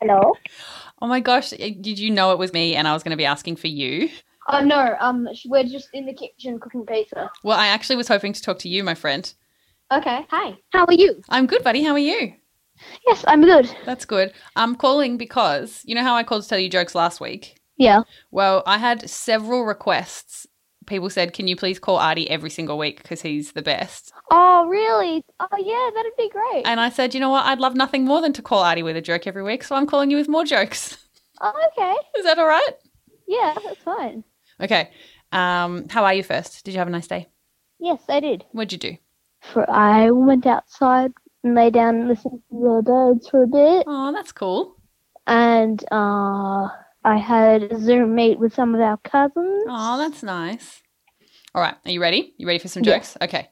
Hello. Oh my gosh, did you know it was me and I was going to be asking for you? Oh no. Um, we're just in the kitchen cooking pizza. Well, I actually was hoping to talk to you, my friend. Okay. Hi. How are you? I'm good, buddy. How are you? Yes, I'm good. That's good. I'm calling because you know how I called to tell you jokes last week? Yeah. Well, I had several requests. People said, "Can you please call Artie every single week because he's the best?" Oh really? Oh yeah, that'd be great. And I said, "You know what? I'd love nothing more than to call Artie with a joke every week, so I'm calling you with more jokes." oh okay. Is that all right? Yeah, that's fine. Okay. Um, how are you first? Did you have a nice day? Yes, I did. What'd you do? For I went outside and lay down and listened to the birds for a bit, Oh, that's cool. and uh, I had a Zoom meet with some of our cousins. Oh, that's nice. All right. Are you ready? You ready for some Yeah. jokes? Okay.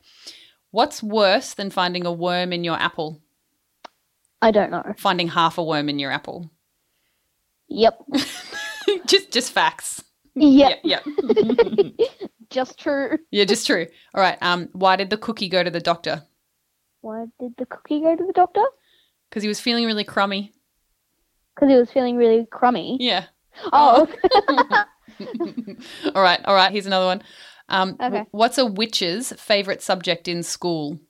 What's worse than finding a worm in your apple? I don't know. Finding half a worm in your apple. Yep. just just facts. Yep. Yeah, yeah. Just true. Yeah, just true. All right. Um, why did the cookie go to the doctor? Why did the cookie go to the doctor? Because he was feeling really crummy. Because it was feeling really crummy. Yeah. Oh, all right. All right. Here's another one. Um, w- Okay. what's a witch's favorite subject in school?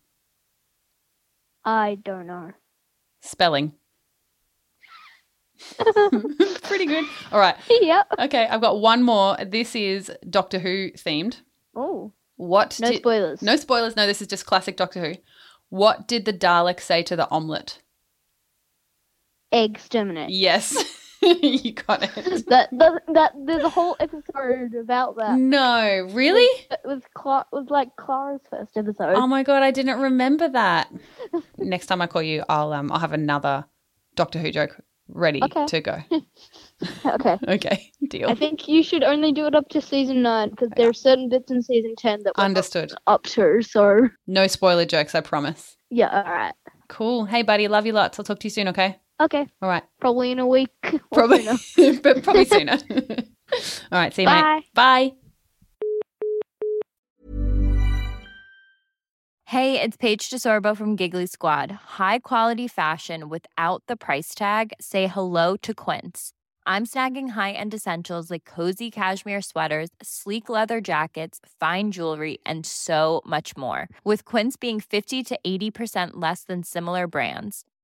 I don't know. Spelling. Pretty good. All right. yep. Okay, I've got one more. This is Doctor Who themed. Oh, What? no did- spoilers. no spoilers. No, this is just classic Doctor Who. What did the Dalek say to the omelette? egg exterminate. Yes, you got it. that, that that there's a whole episode about that. No, really? It was Cla- was like Clara's first episode. Oh my god, I didn't remember that. Next time I call you, I'll um, I'll have another Doctor Who joke ready Okay. to go. okay. Okay, I deal. think you should only do it up to season nine because there are certain bits in season ten that we're not Understood. up to. So No spoiler jokes, I promise. yeah, all right. Cool. Hey, buddy, love you lots. I'll talk to you soon. Okay. Okay, All right. probably in a week. or Probably, sooner. but probably sooner. All right. See you, mate. Bye. Bye. Hey, it's Paige DeSorbo from Giggly Squad. High quality fashion without the price tag. Say hello to Quince. I'm snagging high-end essentials like cozy cashmere sweaters, sleek leather jackets, fine jewelry, and so much more. With Quince being 50 to 80% less than similar brands.